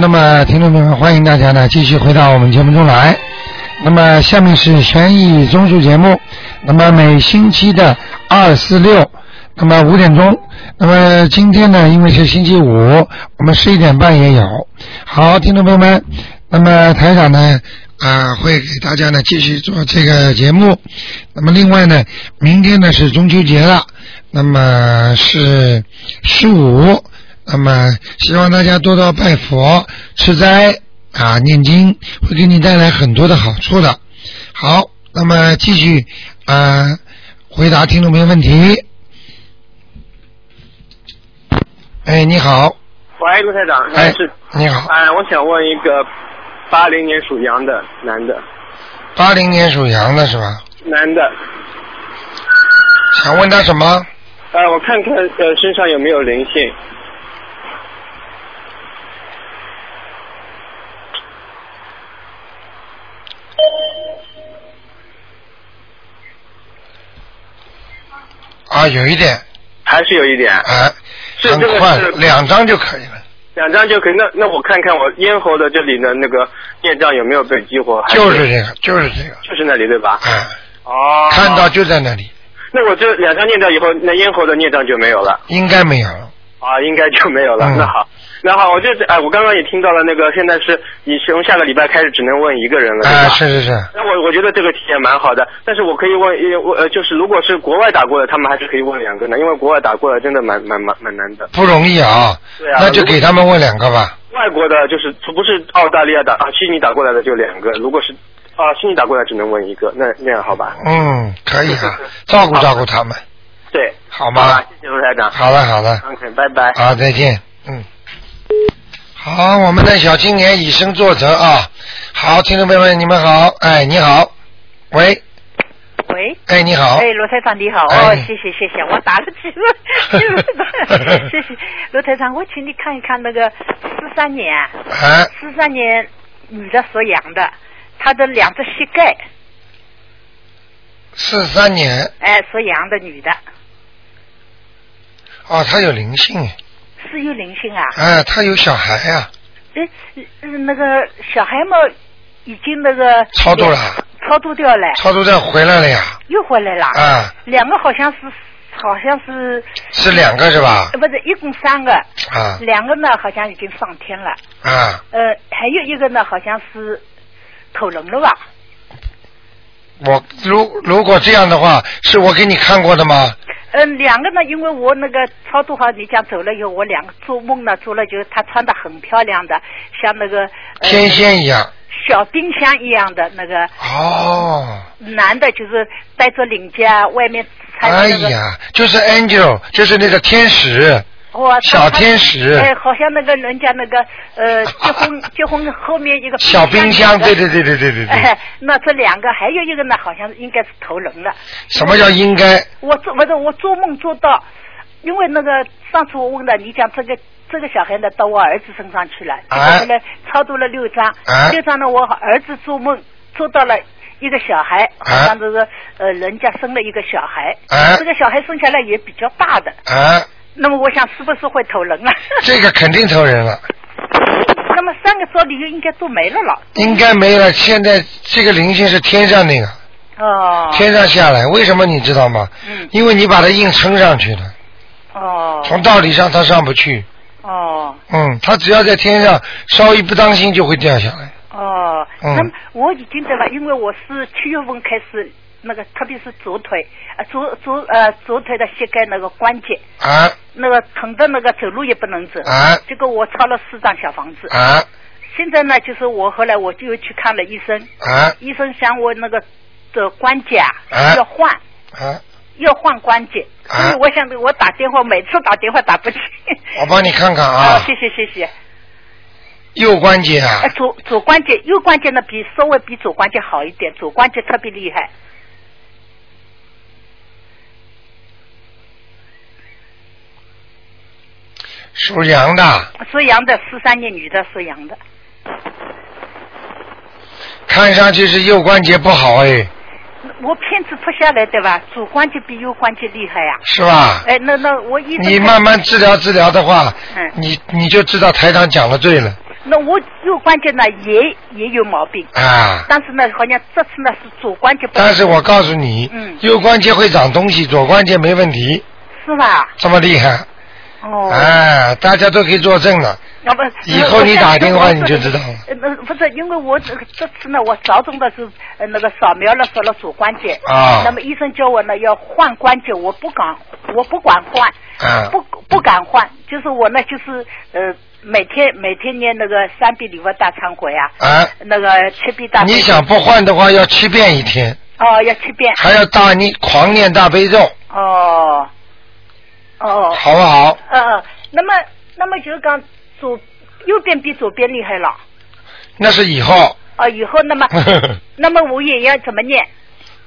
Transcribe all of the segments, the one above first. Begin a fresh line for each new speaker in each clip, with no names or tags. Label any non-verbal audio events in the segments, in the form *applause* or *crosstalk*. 那么听众朋友们，欢迎大家呢继续回到我们节目中来。那么下面是悬疑综述节目，那么每星期的二、四、六，那么五点钟。那么今天呢，因为是星期五，我们十一点半也有。好，听众朋友们，那么台长呢，啊、会给大家呢继续做这个节目。那么另外呢，明天呢是中秋节了，那么是十五，那么希望大家多多拜佛、吃斋啊、念经，会给你带来很多的好处的。好，那么继续啊、回答听众朋友问题。哎，你好，
喂，卢台长，
哎
是，
你好，
哎，我想问一个八零年属羊的男的，
八零年属羊的是吧？
男的，
想问他什么？
呃，我看看呃身上有没有灵性，
啊，有一点，
还是有一点，
啊，
是
很
这个
快
是，
两张就可以了，
两张就可以。那那我看看我咽喉的这里的那个孽障有没有被激活，还
就是这个，就是这个，
就是那里对吧？
啊，
哦，
看到。就在那里，
那我这两张念掉以后，那咽喉的孽障就没有了
应该没有了，
啊，应该就没有了。
嗯
那好，那好，我就是哎，我刚刚也听到了那个，现在是你从下个礼拜开始只能问一个人了，对吧？
啊，是是是，
那我我觉得这个体验蛮好的，但是我可以问，呃我呃，就是如果是国外打过的，他们还是可以问两个呢，因为国外打过的真的蛮蛮蛮蛮难的。
不容易啊，
对啊
那就给他们问两个吧，
外国的就是不是澳大利亚打啊，悉尼打过来的就两个，如果是啊悉尼打过来只能问一个，那那样好吧？
嗯，可以啊，照顾照顾他们，
*laughs* 对，
好
好
吗
吧？？谢谢卢台长
好了好了，
，OK，拜拜。
好，再见，嗯。好，我们的小青年以身作则啊！好，听众朋友们，你们好，哎，你好，喂，
喂，
哎，你好，
哎，罗台长你好，
哎
哦，谢谢谢谢，我打了几个，
*laughs*
*laughs* 谢谢罗台长，我请你看一看那个四三年，
哎，
四三年女的属羊的，她的两个膝盖，
四三年，
哎，属羊的女的
哦，他有灵性，
是有灵性啊，
哎，他有小孩啊呀、
哎，呃那个小孩嘛已经那个
超度了，
超度掉了，
超度站回来了呀，
又回来了，
啊，
两个好像是好像是
是两个是吧？
呃不是一共三个，
啊
两个呢好像已经上天了。
啊，
呃，还有一个呢，好像是投人了吧？
我如如果这样的话，是我给你看过的吗？
嗯、两个呢，因为我那个超度好，你讲走了以后，我两个做梦呢，做了就是她穿的很漂亮的，像那个、呃、
天仙一样。
小冰箱一样的那个
哦，
男的，就是戴着领结啊，外面穿
哎
着那个、
呀，就是 angel，就是那个天使。
哇，她
小天使
哎，好像那个人家那个
*laughs*
呃，结婚结婚后面一个
小冰箱，
那个
对对对对对对对。
哎，那这两个还有一个呢，好像应该是投人了。
什么叫应该？
我做不是我做梦做到，因为那个上次我问了你讲这个这个小孩呢到我儿子身上去了，
哎
后来超度了六张，
哎
六张呢我儿子做梦做到了。一个小孩，好
哎
像这个呃，人家生了一个小孩，
哎
这个小孩生下来也比较大的，
啊，
那么我想是不是会投
*laughs*
人啊？
这个肯定投人了，
那么三个招理由应该都没了了。
应该没了。现在这个灵性是天上那个，
哦，
天上下来，为什么你知道吗？
嗯，
因为你把它硬撑上去了，
哦，
从道理上它上不去。
哦，
嗯，他只要在天上稍一不当心就会掉下来。
哦，
嗯
那么我已经对吧？因为我是七月份开始那个，特别是左腿，呃左左呃左腿的膝盖那个关节，
啊
那个疼的那个走路也不能走。
啊
结果我抄了四张小房子，
啊
现在呢，就是我后来我就去看了医生，
啊
医生想我那个的关节啊
啊
要换，
啊！
要换关节，
啊
所以我想我打电话每次打电话打不进。
我帮你看看
啊
啊，，
*laughs* 谢谢谢谢。
右关节啊
哎，，左左关节、右关节呢比稍微比左关节好一点，左关节特别厉害。
属羊的，
属羊的，四三年女的，属羊的。
看上去是右关节不好哎，
我片子拍下来对吧？左关节比右关节厉害呀、
是吧？
哎，那那我一
你慢慢治疗治疗的话
嗯，
你你就知道台长讲的对了。
那我右关节呢也也有毛病，
啊。
但是呢，好像这次呢是左关节不，
但是我告诉你，
嗯
右关节会长东西，左关节没问题，
是吧？
这么厉害，
哦，
哎，大家都可以作证了。
要不
以后你打电话你就知道了。
呃，那不是，因为我这个这次呢，我着重的是呃那个扫描了扫了左关节，
啊
那么医生叫我呢要换关节，我不敢，我不敢换，
啊
不不敢换，就是我呢就是呃每天每天念那个三遍礼佛大忏悔啊，
啊，
那个七遍大悲
你想不换的话，要七遍一天，
哦要七遍
还要大你狂念大悲咒，
哦哦
好不好？
呃，那么那么就是讲左右边比左边厉害了，
那是以
*laughs*
后
哦以后
*laughs*
那么那么我也要怎么念？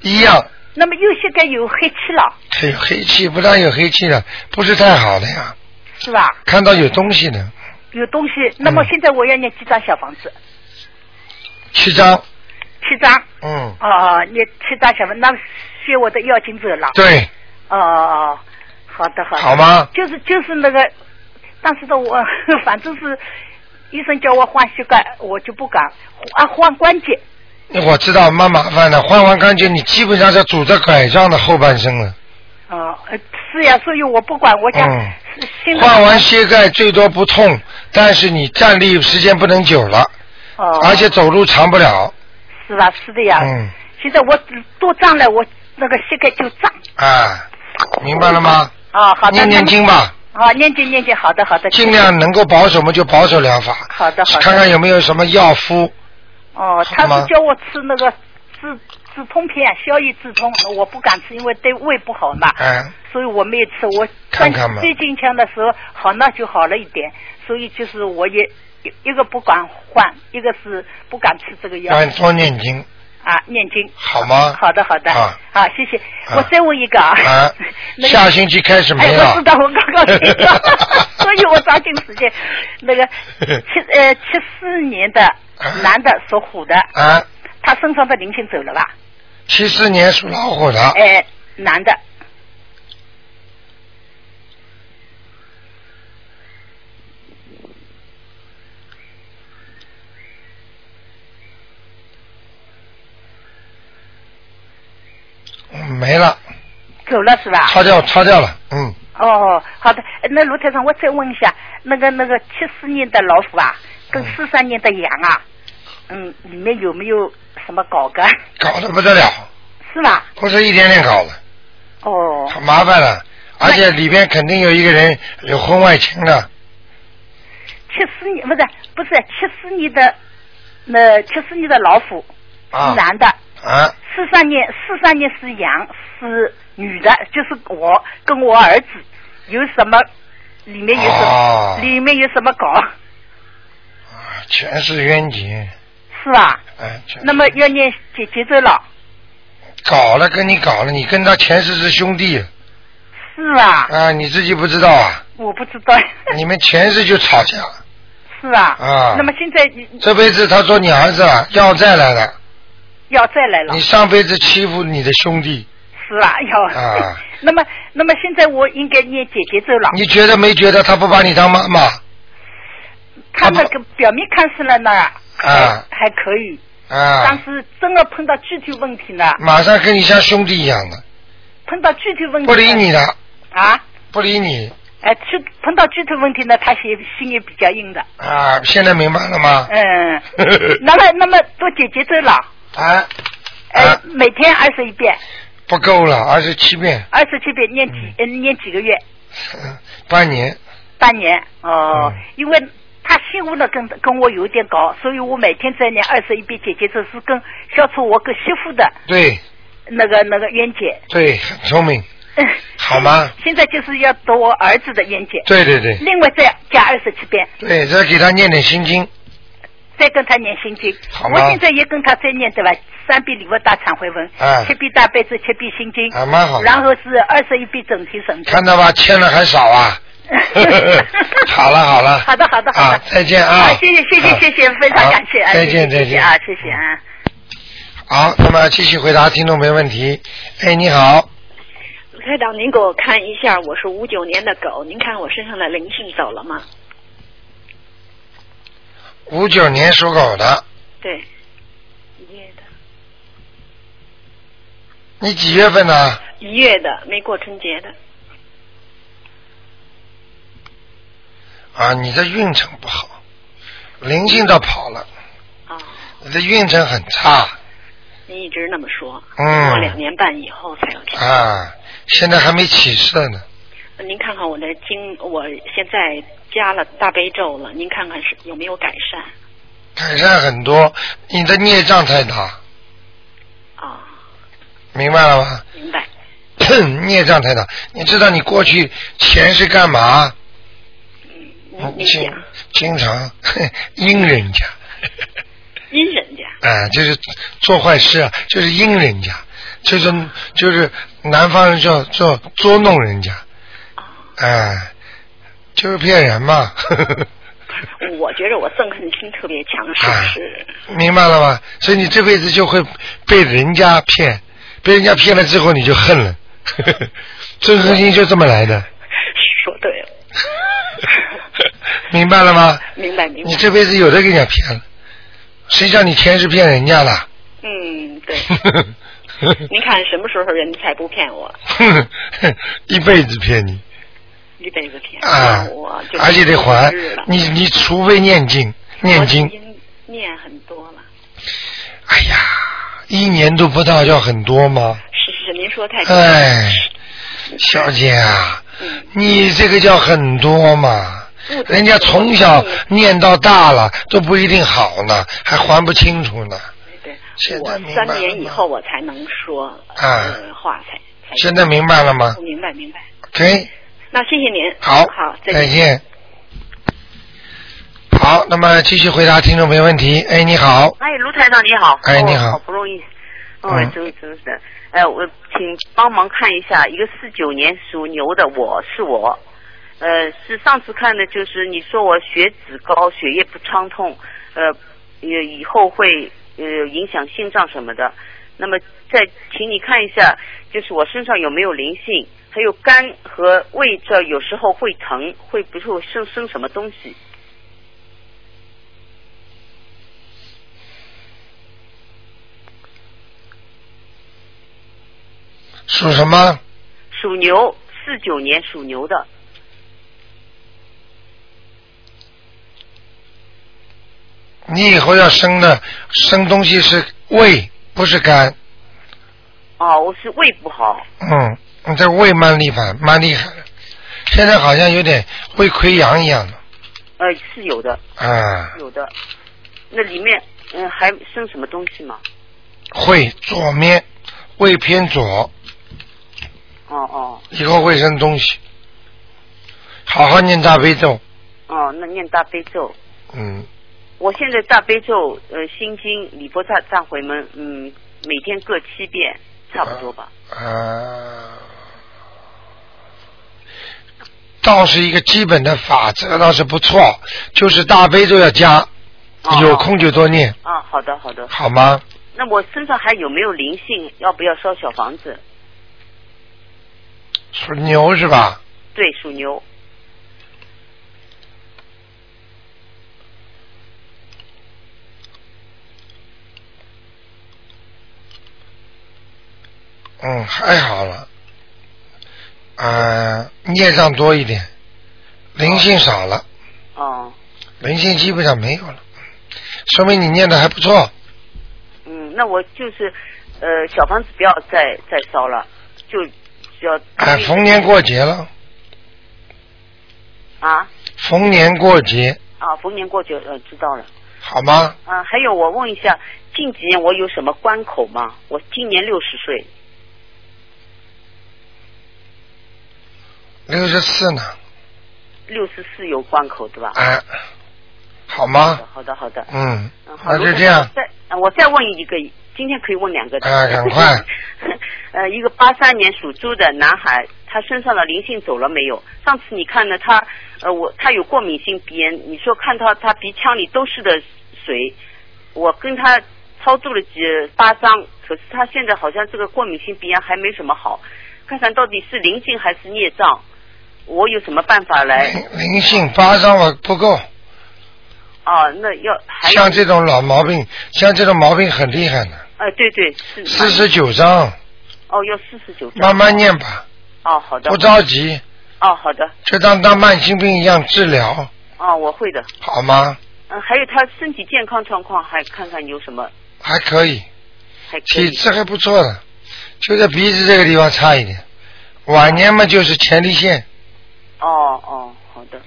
一样。
那么右膝盖有黑气了，
黑黑气不但有黑气了，不是太好的呀，
是吧？
看到有东西的，
有东西。那么
嗯
现在我要念几张小房子？
七张，
七张。
嗯，
哦，念七张小房子，那写我的要经者了。
对，
哦哦，哦好的好的。
好吗？
就是就是那个，当时的我 *laughs* 反正是医生叫我换膝盖，我就不敢啊换关节。
我知道蛮麻烦的，换完感觉你基本上是拄着拐杖的后半生了。
哦，呃是呀，所以我不管，我想
嗯
是心里
换完膝盖最多不痛，但是你站立时间不能久了，
哦，哎
而且走路长不了。
是吧？是的呀。
嗯，
现在我多胀了，我那个膝盖就胀。
啊，明白了吗？
哦，好的。
念念经吧，
啊，念经念经，好的好的。
尽量能够保守嘛就保守疗法。
好的好的
看看有没有什么药敷。
哦，
好
他
吗
是叫我吃那个止止痛片，消炎止痛，我不敢吃，因为对胃不好嘛。
嗯，
所以我没有吃，我
看看嘛
最近前的时候好那就好了一点，所以就是我也一一个不敢换，一个是不敢吃这个药
让你多念经，
啊，念经。
好吗？
好的好的，
啊
啊谢谢。
啊
我再问一个啊，
啊
*laughs* 那，个
下星期开始
哎，
没
我知
了。
道，我刚刚听到，所以我抓紧时间。那个七呃七四年的男的属虎的，
啊，
他身上的灵性走了吧？
七四年属老虎的，
哎，男的，
嗯没了，
走了是吧？哎
擦掉擦掉了，嗯，
哦，好的。呃那卢台长，我再问一下，那个那个七四年的老虎啊，
嗯
跟四三年的羊啊，嗯，里面有没有什么搞的？
搞得不得了，
是吧？
不是一点点搞的，
哦，
很麻烦了，而且里边肯定有一个人有婚外情的，
七四年不是不是七四年的那七四年的老虎
啊
是男的，
啊，
四三年四三年是羊是女的，就是我跟我儿子有什么里面有什么、
哦
里面有什么搞
啊全是冤结，
是吧？
哎，全
那么要念姐姐咒了
搞了跟你搞了，你跟他前世是兄弟
是吧？
啊，你自己不知道啊，
我不知道
你们前世就吵架，
是吧？
啊
那么现在你
这辈子他说你儿子啊要债来了，
要再来了
你上辈子欺负你的兄弟，
是吧？要、
啊
*laughs* 那么那么现在我应该念姐姐咒了。
你觉得没觉得他不把你当妈妈？
他那个表面看起来呢，还
啊
还可以，但
啊，
是真的碰到具体问题呢，
马上跟你像兄弟一样的，
碰到具体问题
不理你
呢
的，
啊，
不理你
哎，去碰到具体问题呢，他心心也比较硬的，
啊！现在明白了吗？ *laughs*
嗯，那么那么多姐姐咒了，
啊
呃
啊，，
每天二十一遍，
不够了，二十七遍，
二十七遍念几呃念几个月，
嗯半年
半年哦
嗯，
因为。他信物呢跟跟我有点搞，所以我每天在念二十一遍姐姐咒，是跟消除我跟媳妇的
对
那个那个冤结。
对，很聪
*laughs*
明，
嗯
好吗？
现在就是要读我儿子的冤结，
对对对
另外再加二十七遍，
对，再给他念点心经，
再跟他念心经。
好
我
吗
现在也跟他再念对吧？三遍礼佛大忏悔文，
啊
七遍大悲咒，七遍心经，
啊，蛮好的。
然后是二十一遍整体神咒。
看到吧，欠的还少啊。好了好了，
*laughs* 好的好的好的
啊，再见啊！
谢谢谢谢谢谢，非常感谢，
好
啊
再见再
谢谢谢谢
见
啊，谢谢啊。
好，那么继续回答听众没问题。哎，你好，
卢台长，您给我看一下，我是五九年的狗，您看我身上的灵性走了吗？
五九年属狗的，
对，一月的，
你几月份呢？
一月的，没过春节的。
啊，你的运程不好，灵性倒跑了，
哦
啊，
你的运程很差
您一直那么说，
嗯
过两年半以后才有这样。
啊，现在还没起色呢。
您看看我的经，我现在加了大悲咒了，您看看是有没有改善
改善很多，你的孽障太大，
啊？
明白了吗？
明白，
*clears throat* 孽障太大，你知道你过去前世干嘛？
嗯，您
你
您
经
讲
经常 *laughs* 阴人家，
阴人家
哎、就是做坏事啊，就是阴人家，就是就是南方人叫做捉弄人家，
啊，
哎、就是骗人嘛， *laughs*
我觉着我憎恨心特别强，是
啊
不是？
明白了吗？所以你这辈子就会被人家骗，被人家骗了之后你就恨了，憎恨心就这么来的，
*laughs* 说对了，
明白了吗？
明白明白
哎你。这辈子有的给人家骗了，谁叫你前世骗人家了？
嗯，对。您看什么时候人才不骗我？
*laughs* 一辈子骗你
一辈子骗
啊
我，就，
而且得还
是了。
你，你除非念经，
我
念
已
经，
经念很多了。
哎呀，一年都不到，要很多吗？
是是是，您说太对了。
哎，小姐啊，
嗯，
你这个叫很多嘛？
不得
人家
不
从
说
小
嗯
念到大了都不一定好呢，还还不清楚呢。
对，
现在明白
我三
了
年以
吗
后我才能说
啊
呃话才才。哦
现在明白了吗
我明白明白。
？OK。
那谢谢您。
好，
好，再
再见。好，那么继续回答听众朋友问题。哎，你好，
哎，卢台长你好。
哎
哦
你好
好不容易，哦
嗯，
真真是的。哎，我请帮忙看一下，一个四九年属牛的我是我，呃，是上次看的，就是你说我血脂高，血液不畅通，呃，也以后会呃影响心脏什么的。那么再请你看一下，就是我身上有没有灵性，还有肝和胃这有时候会疼，会不会生生什么东西？
属什么？
属牛，四九年属牛的。
你以后要生的生东西是胃，不是肝。
哦，我是胃不好，
嗯，你这胃蛮厉害，蛮厉害的。现在好像有点胃溃疡一样的
呃，是有的，
啊，
有的。那里面，嗯，还生什么东西吗？
会左面胃偏左，
哦哦
以后会生东西。好好念大悲咒，
哦，那念大悲咒。
嗯，
我现在大悲咒，呃，心经、礼佛忏忏悔文，嗯，每天各七遍，差不多吧。
呃，倒是一个基本的法则，倒是不错，就是大悲咒要加，
哦
有空就多念，
啊，好的好的。
好吗？
那我身上还有没有灵性？要不要烧小房子？
属牛是吧？
对，属牛。
嗯，还好了。呃，孽障多一点，灵性少了，
哦，
灵性基本上没有了，嗯说明你念的还不错。
嗯，那我就是，呃，小房子不要再再烧了，就只要。
哎、逢年过节了，
啊
逢年过节，
啊，逢年过节，呃，知道了。
好吗？
啊，还有我问一下，近几年我有什么关口吗？我今年六十岁，
六十四呢，
六十四有关口对吧？
哎、好
好
吗
的？好的好的，
嗯
嗯，好
那
如果
就这样
我。再呃我再问一个，今天可以问两个。
啊赶快。
呃，一个八三年属猪的男孩，他身上的灵性走了没有？上次你看呢，他呃我他有过敏性鼻炎，你说看到他鼻腔里都是的水，我跟他操作了几八张，可是他现在好像这个过敏性鼻炎还没什么好，看看到底是灵性还是
*laughs*
孽障，我有什么办法来？
灵灵性八张我不够，
哦哦，那要还有
啊像这种老毛病，像这种毛病很厉害的，
呃，对对是
四十九章，
哦，要四十九
慢慢念吧，
哦，好的
不着急，
哦，好的
就当当慢性病一样治疗，
哦，我会的。
好吗？
嗯，还有他身体健康状况，还看看有什么
还可以，
还可
体
以。
质还不错的，就在鼻子这个地方差一点，晚年嘛就是前列腺、
哦哦，好的，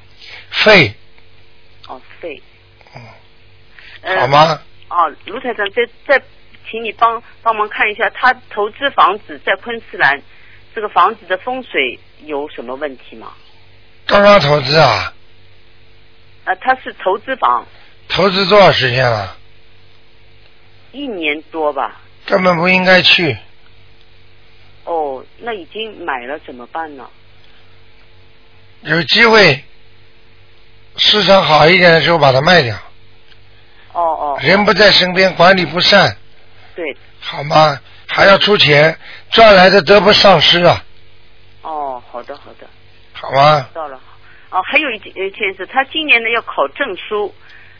肺，
哦肺。嗯
好？吗？
哦，卢台长，再再请你帮帮忙看一下，他投资房子在昆士兰，这个房子的风水有什么问题吗？
刚刚投资啊，
呃，他是投资房，
投资多少时间了？
一年多吧。
根本不应该去，
哦，那已经买了怎么办呢？
有机会市场好一点的时候把它卖掉。
哦哦，
人不在身边，管理不善，
对，
好吗？还要出钱，赚来的得不偿失啊，
哦，好的好的，
好啊吗？
到了。哦，还有一件一件事，他今年呢要考证书，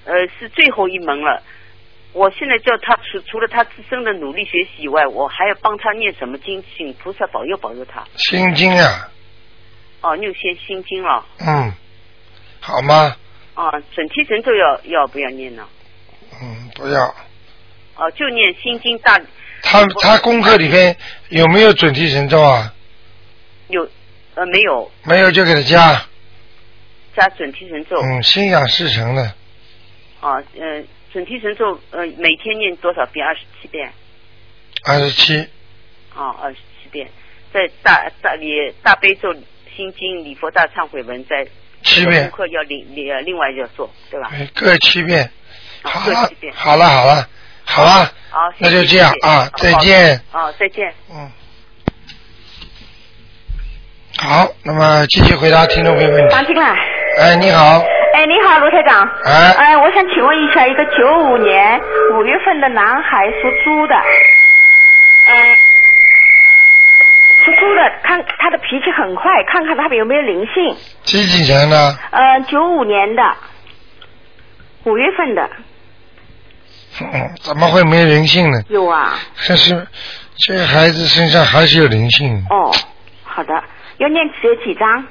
呃，是最后一门了。我现在叫他除除了他自身的努力学习以外，我还要帮他念什么经，请菩萨保佑保佑他。
心经啊，
哦，六些心经了，
嗯，好吗？
啊，准提神咒要要不要念呢？
嗯，不要。
哦，就念心经大
他他功课里边有没有准提神咒啊？
有呃没有
没有就给他加。
加准提神咒
嗯，心想事成的，
啊，呃，准提神咒呃每天念多少遍？二十七遍
二十七，
啊，二十七遍，在大大也大悲咒心经礼佛大忏悔文在
七
功
遍，
课要另另呃另外要做对吧？
哎各七遍。
啊
好
各
了
七，遍
好了，好了，好了，
好，谢
那
谢
就这样
谢谢
啊
好，
再见。
好啊，再见。
嗯。好，那么继续回答听众朋友问题
王。金啊，
哎，你好，
哎，你好，卢台长。
哎，
哎，我想请问一下，一个九五年五月份的男孩属猪的，嗯，属猪的，看他的脾气很坏，看看他有没有灵性。
几几年呢？
呃，九五年的，五月份的
嗯怎么会没灵性呢？
有啊。
这是这个孩子身上还是有灵性，
哦，好的，要念只有几张？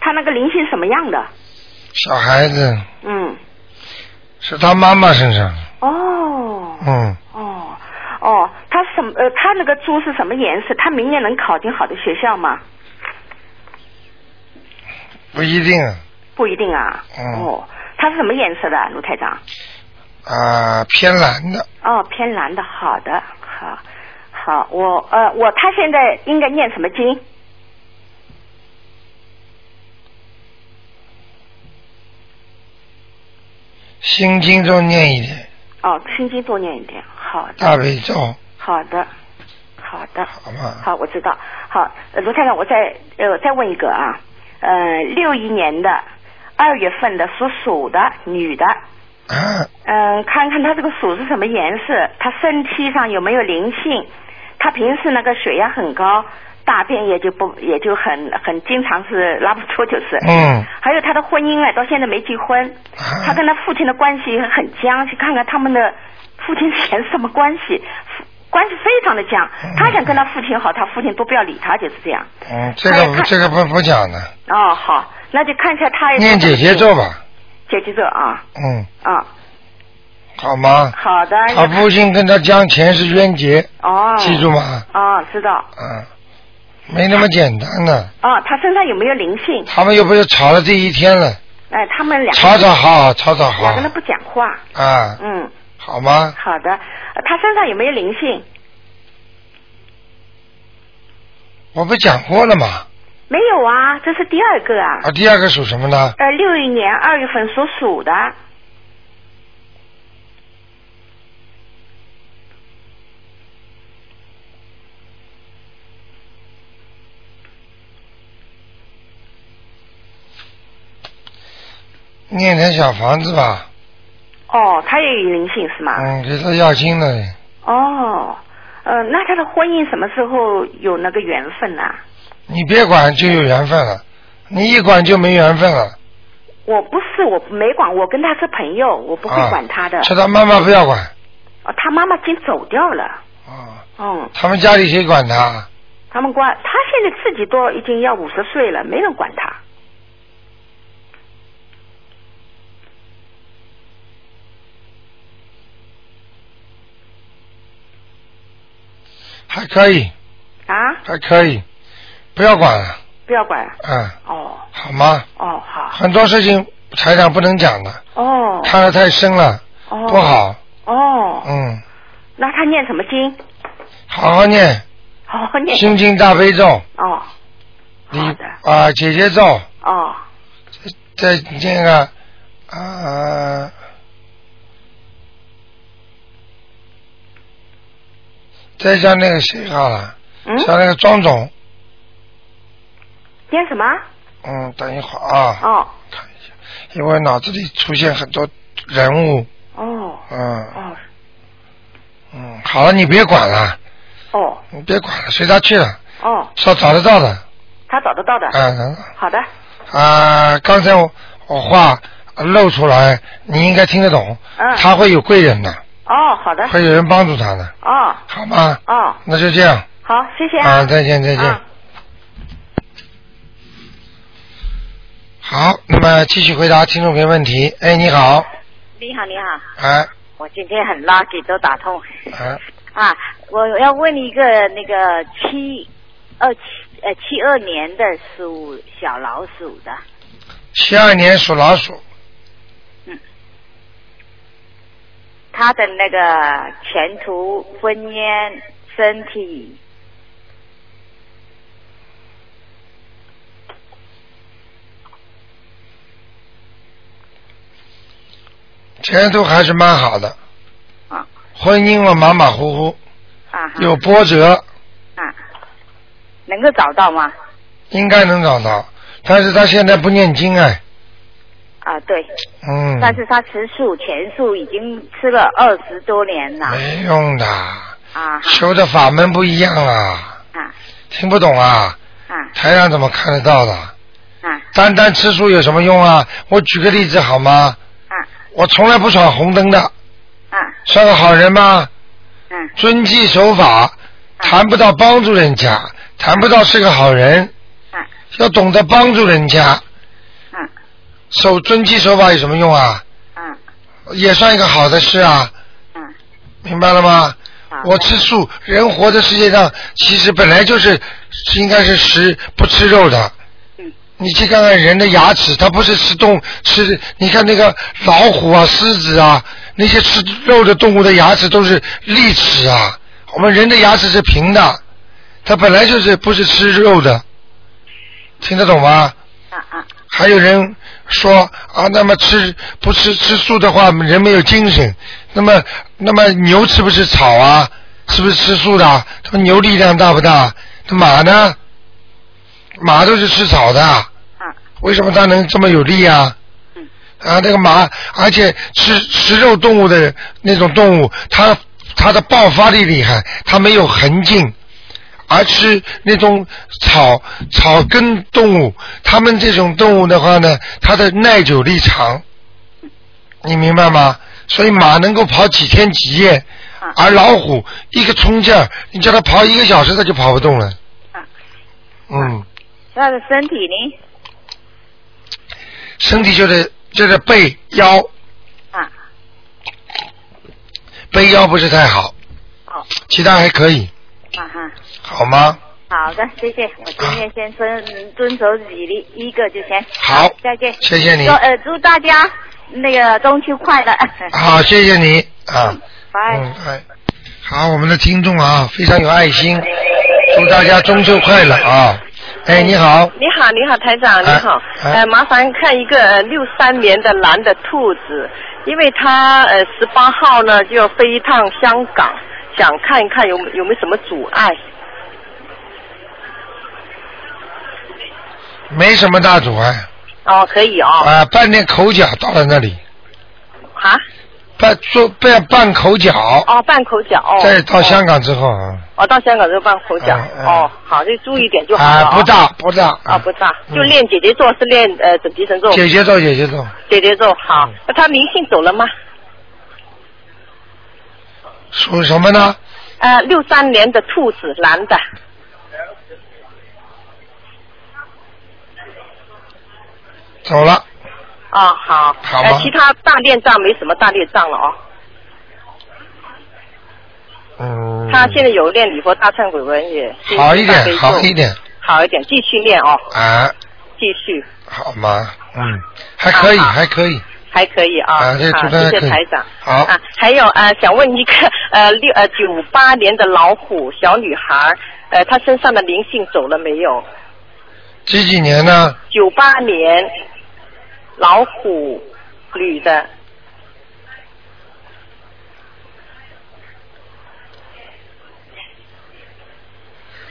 他那个灵性什么样的？
小孩子
嗯，
是他妈妈身上，
哦，
嗯，
哦，哦，他什么？呃，他那个猪是什么颜色？他明年能考进好的学校吗？
不一定
不一定啊。
嗯
哦，它是什么颜色的，卢台长？
啊，偏蓝的，
哦，偏蓝的。好的，好，好，我呃，我他现在应该念什么经？
心经中念一点，
哦，心经多念一点。好的，
大悲咒，
好的，好的。
好吗？
好，我知道。好，呃卢台长，我再呃再问一个啊，呃，六一年的二月份的属鼠的女的，
啊，
嗯，看看他这个鼠是什么颜色，他身体上有没有灵性？他平时那个血压很高，大便也就不也就很很经常是拉不出，就是。
嗯，
还有他的婚姻啊，到现在没结婚，他
啊，
跟他父亲的关系很僵，去看看他们的父亲之间是什么关系，父关系非常的僵
嗯。
他想跟他父亲好，他父亲都不要理他，就是这样。
嗯，这
哎
个这个不不讲了，
哦，好，那就看一下
哎
他有没有
念姐姐咒吧，
姐姐咒啊
嗯，
啊，
好吗？
好的。
哎
他父亲跟他讲前世冤结，
哦。
记住吗？
哦，知道。
啊，没那么简单的，
哦，他身上有没有灵性？
他们又不是吵了这一天了，
哎，他们两
吵吵好好，吵吵
两个人
好
不讲话。
啊，
嗯，
好吗？
好的。呃他身上有没有灵性？
我不讲过了吗？
没有啊，这是第二个啊。
啊，第二个属什么呢？
呃，六一年二月份属鼠的，
念点小房子吧，
哦，他也有灵性是吗？
嗯，给他要经的，
哦，呃，那他的婚姻什么时候有那个缘分呢、啊
你别管就有缘分了，你一管就没缘分了。
我不是，我没管，我跟他是朋友，我不会
啊
管他的。
是他妈妈不要管，
哦，他妈妈已经走掉了。
啊，
嗯，
他们家里谁管他？
他们管他现在自己都已经要五十岁了，没人管他。
还可以，
啊，
还可以，不要管了，
不要管。
嗯，
哦
好吗？
哦好
很多事情台长不能讲的，
哦
看得太深了，
哦
不好，
哦，
嗯，
那他念什么经？
好好念
好好念
《心经大悲咒》，
哦
你
好的
啊姐姐咒，
哦
再念个啊再叫那个谁好了，
嗯
叫那个庄总，
念什么？
嗯，等一会儿啊，
哦
看一下，因为脑子里出现很多人物，
哦
嗯
哦
嗯，好了，你别管了，
哦
你别管了，随他去了，
哦，
说找得到的，
他找得到的。
嗯
好的
啊，刚才我我话露出来，你应该听得懂，
嗯
他会有贵人的，
哦好的
会有人帮助他的，
哦
好吗？
哦
那就这样
好谢谢
啊，再见再见。
啊
好，那么继续回答听众朋友问题。哎，你好，
你好，你好，
哎
我今天很 lucky 都打通
哎，
啊！我要问一个那个七二七呃七二年的属小老鼠的，
七二年属老鼠，
他的那个前途、婚姻、身体，
前途还是蛮好的。
啊。
婚姻嘛，马马虎虎，
啊哈
有波折，
啊，能够找到吗？
应该能找到。但是他现在不念经哎，
啊，对，
嗯，
但是他吃素全素已经吃了二十多年了
没用的，
啊哈
修的法门不一样啊，
啊
听不懂啊，
啊
台上怎么看得到的？
啊
单单吃素有什么用啊？我举个例子好吗？
啊
我从来不闯红灯的，
啊
算个好人吗？
嗯
遵纪守法，谈不到帮助人家，谈不到是个好人，
啊
要懂得帮助人家，
啊
守遵纪守法有什么用啊？
啊
也算一个好的事啊，
啊
明白了吗？
啊！
我吃素，人活在世界上，其实本来就是是应该是食不吃肉的。
嗯
你去看看人的牙齿，它不是吃动吃，你看那个老虎啊、狮子啊，那些吃肉的动物的牙齿都是利齿啊，我们人的牙齿是平的，它本来就是不是吃肉的，听得懂吗？
啊啊
还有人说啊，那么吃不吃吃素的话，人没有精神。那么那么牛吃不吃草啊？是不是吃素的啊？他说牛力量大不大？那马呢？马都是吃草的，
啊
为什么它能这么有力啊？
嗯
啊，那个马，而且吃吃肉动物的那种动物，它它的爆发力厉害，它没有横劲，而吃那种草草根动物，它们这种动物的话呢，它的耐久力长，你明白吗？所以马能够跑几天几夜，
啊
而老虎一个冲劲儿，你叫它跑一个小时，它就跑不动了。
啊！
嗯，
他的身体呢？
身体就是就是背腰，
啊，
背腰不是太好，
好，
其他还可以，
啊哈，
好吗？
好的，谢谢。我今天先遵遵守纪律一个就行。
好
再见。
谢谢你
祝呃，祝大家那个中秋快乐。
好，谢谢你啊，
拜。
嗯，哎，好，我们的听众啊，非常有爱
嗯
心，祝大家中秋快乐啊！哎，你好，
你好，你好，台长，你好。
哎哎
呃，麻烦看一个呃六三年的男的兔子，因为他呃十八号呢就要飞一趟香港，想看一看有有没有什么阻碍。
没什么大阻碍
哦，可以哦。
啊，半点口角到了那里，
啊？
半做半半口角，
哦，半口角哦。
再到
哦
香港之后啊，
哦，到香港就办红奖。
嗯嗯
哦，好，就注意点就好了。
啊，不
大
大不大
啊，不大，
嗯
就练姐姐咒是练呃准提神咒。
姐姐咒，姐姐咒，
姐姐咒
嗯
好。那他灵性走了吗？
属什么呢？
呃，六三年的兔子，男的。
走了，
哦，好。
好吗
呃，其他大孽障没什么大孽障了哦。
嗯，
他现在有练礼佛大忏悔文也。
好一
大悲
点，
咒
好一。点
好一点，继续练哦，
啊，
继续
好吗？嗯，还可以，
好好
还可以，
还可以啊。
啊，这主
好，
张还可
谢谢
以
台长。。
好，
啊，还有呃，想问一个 *laughs* 呃六呃九八年的老虎小女孩，呃，她身上的灵性走了没有？
几几年呢？
九八年老虎女的，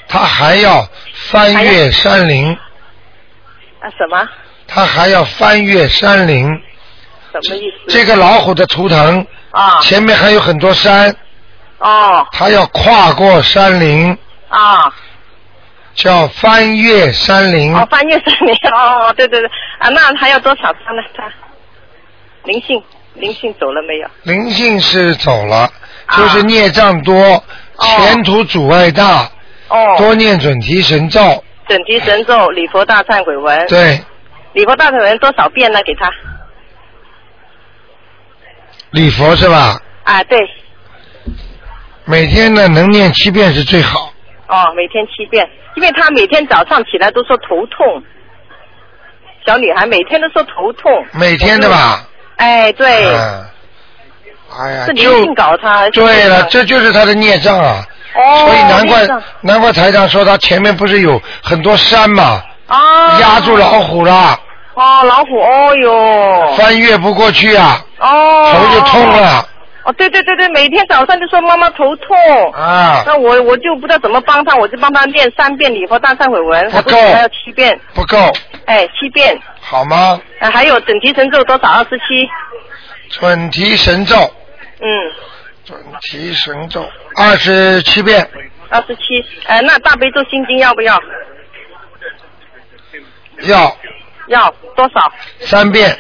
他还要翻越山林，
啊什么
他还要翻越山林。
什么意思？
这个老虎的图腾
啊
前面还有很多山，
哦
它要跨过山林，
啊
叫翻越山林。
哦，翻越三年哦，对对对啊，那还要多少张呢？她灵性灵性走了没有？
灵性是走了，
啊
就是孽障多，前途阻碍大，
哦，哎
多念准提神咒。
整提神咒、礼佛大忏悔文，
对，
礼佛大忏悔文多少遍呢？给她
礼佛是吧？
啊，对
每天呢能念七遍是最好。
哦，每天七遍，因为她每天早上起来都说头痛，小女孩每天都说头痛，
每天的吧？
哎，对，
嗯。哎呀
是，灵性
就
搞她。
对了，这就是他的孽障啊。
哦，
所以难怪
那个
难怪台长说他前面不是有很多山嘛，
啊，
压住老虎了，
哦，老虎，哦哟，
翻越不过去啊，
哦，
头就痛了
哦，对对对对，每天早上就说妈妈头痛，
啊，
那我我就不知道怎么帮她，我就帮她念三遍礼佛大忏悔文，
不
还不
够
行，还要七遍，
不够
哎，七遍，
好吗？
呃还有整提神咒多少？二十七，
准提神咒，
嗯，
准提神咒二十七遍，
二十七，呃，那大悲咒心经要不要？
要
要多少？
三遍，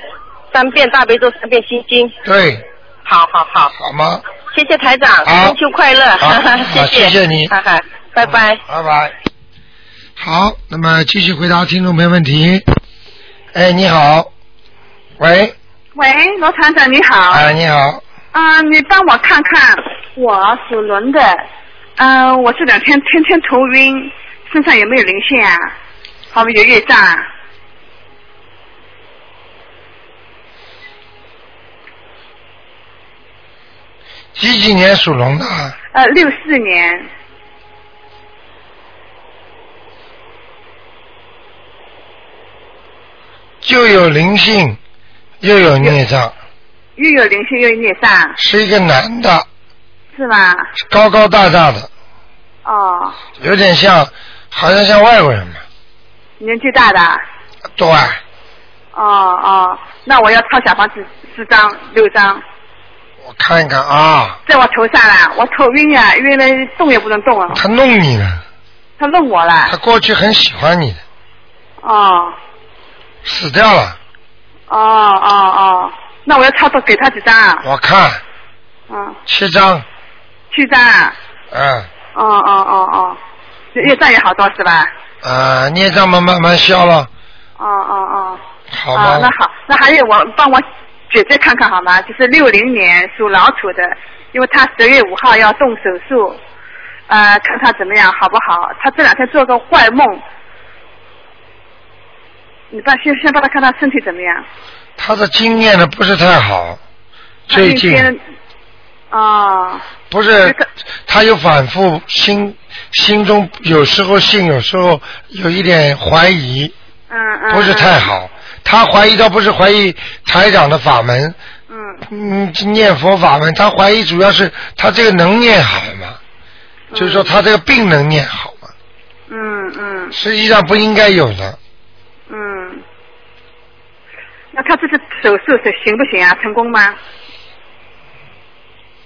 三遍大悲咒，三遍心经，
对，
好好好，
好吗？
谢谢台长，
好
中秋快乐， *laughs*
好
哈哈，
好
谢，
谢谢你
哈哈，拜拜。
拜拜。好，那么继续回答听众朋友问题。哎，你好，喂，
喂，罗厂长你好。
啊，你好，
啊、你帮我看看我属龙的，嗯、我这两天天天头晕，身上有没有灵性啊？还有没有业障啊？
几几年属龙的啊？
呃，六四年，
就有灵性，又有孽障，
又有灵性又有孽障，
是一个男的，
是吧？
高高大大的，
哦，
有点像，好像像外国人啊嘛。
年纪大的。
对，
哦哦，那我要抄小房子四张六张，
我看看啊，
在我头上啦，我头晕啊，晕了动也不能动啊，
他弄你了，
他弄我了
他。过去很喜欢你的，
哦
死掉了，
哦哦哦，那我要抄多给他几张啊？
我看
嗯，
七张，
七张啊。
嗯，
哦哦哦哦，越战越好多是吧？
啊，孽障嘛慢慢消了，
哦哦哦，
好吗
啊，那？好，那还有我帮我姐姐看看好吗？就是六零年属老鼠的，因为她十月五号要动手术，呃，看看怎么样好不好？她这两天做个坏梦，你帮先先帮她看她身体怎么样？
他的经验呢不是太好，
她
最
那
近
天。哦，
不是
这个
他有反复心心中有时候信，有时候有一点怀疑，
嗯嗯，
不是太好。他怀疑倒不是怀疑台长的法门，
嗯，
嗯，念佛法门，他怀疑主要是他这个能念好吗？
嗯
就是说他这个病能念好吗？
嗯嗯
实际上不应该有的，
嗯，那她这次手术是行不行啊？成功吗？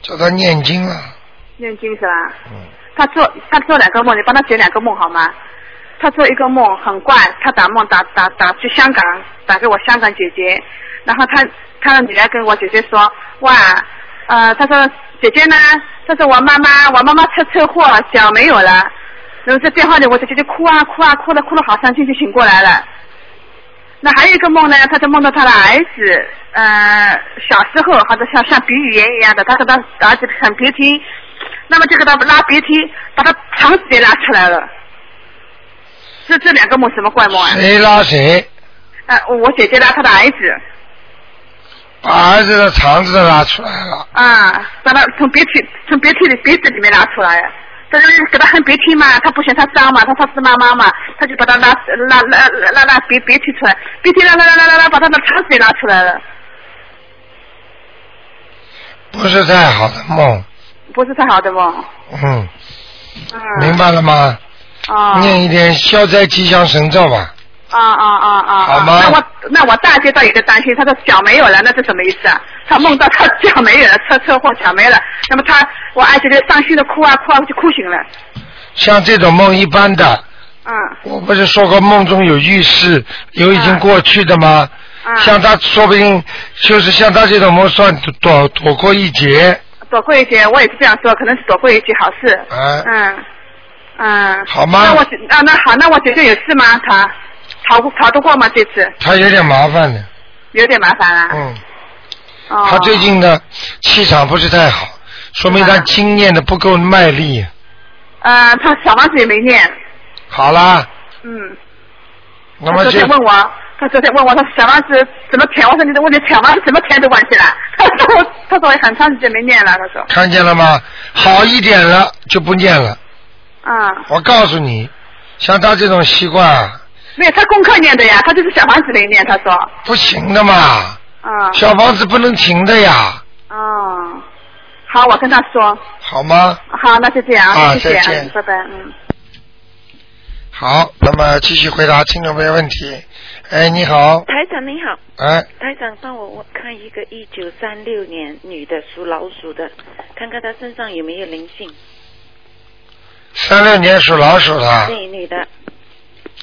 叫他念经了，
念经是吧？他做他做两个梦，你帮他解两个梦好吗？他做一个梦很怪，他打梦打打打去香港，打给我香港姐姐，然后他他的女儿跟我姐姐说，哇，呃，他说姐姐呢，他说我妈妈，我妈妈出车祸，脚没有了，然后在电话里我姐姐就哭啊哭啊哭了哭了好伤心就醒过来了。那还有一个梦呢，他就梦到他的儿子，呃，小时候好像像像鼻语言一样的，他跟他儿子擤鼻涕，那么就给他拉鼻涕，把他肠子给拉出来了。这这两个梦什么怪梦啊？
谁拉谁，
呃，我姐姐拉她的儿子，
把儿子的肠子拉出来了。
啊，把他从鼻涕从鼻涕里鼻子里面拉出来，啊但是给他擤鼻涕嘛，他不嫌他脏嘛，他怕是妈妈嘛，他就把他拉拉拉拉拉鼻鼻涕出来，鼻涕拉拉拉拉拉拉，把他的肠子给拉出来了，
不是太好的梦，
不啊是太好的梦。
嗯，
嗯，
明白了吗？
啊。
念一点消灾吉祥神咒吧。
啊啊啊啊！啊
好吗
那我那我大姐倒有点担心，她说脚没有了，那是什么意思啊？她梦到她脚没有了，车车祸脚没了，那么她我儿子就伤心的哭啊哭啊，就哭醒了。
像这种梦一般的，
嗯
我不是说过梦中有预示，有已
啊
经过去的吗？像他说不定就是像他这种梦算躲躲过一劫，
躲过一劫，我也是这样说，可能是躲过一劫好事。
啊
嗯嗯。
好吗
那我姐啊，那好，那我姐姐有事吗？她逃过逃得过吗？这次
他有点麻烦的。
有点麻烦啊。
嗯，
哦。
他最近的气场不是太好，说明他经验的不够卖力。
呃，她小王子也没念，
好啦，
嗯。
那
他
么
昨
就
天问我，他昨天问我，他小王子怎么填？我说你的问题填完怎么填都忘记了。 *laughs* 他说我，他说我很长时间没念了。他说，
看见了吗？好一点了就不念了。
嗯，
我告诉你，像他这种习惯啊
没有，他功课念的呀，他就是小王子没念。他说，
不行的嘛，
啊
嗯，
小房子不能停的呀，
嗯，好，我跟他说，
好吗？
好，那就这样，
啊
谢谢啊
再见，
拜拜，嗯。
好，那么继续回答听众朋友问题。哎，你好，
台长你好，
哎，
台长帮我我看一个一九三六年女的属老鼠的，看看她身上有没有灵性。
三六年属老鼠的，
对，女的，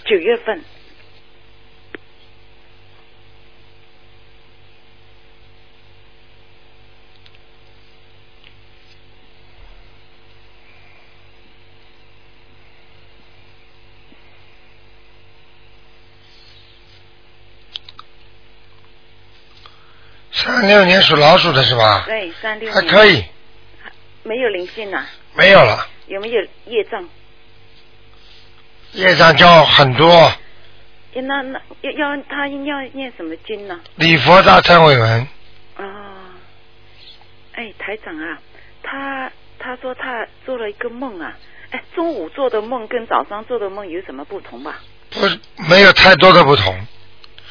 九月份，
三六年属老鼠的是吧？
对，三六
还可以，，
没有灵性啊，
没有了，
有没有业障？
业障交很多，
诶那那要要她应要念什么经呢？
礼佛大忏悔文，
啊，哎，台长啊，他他说他做了一个梦啊，哎，中午做的梦跟早上做的梦有什么不同吧？
不是没有太多的不同，
嗯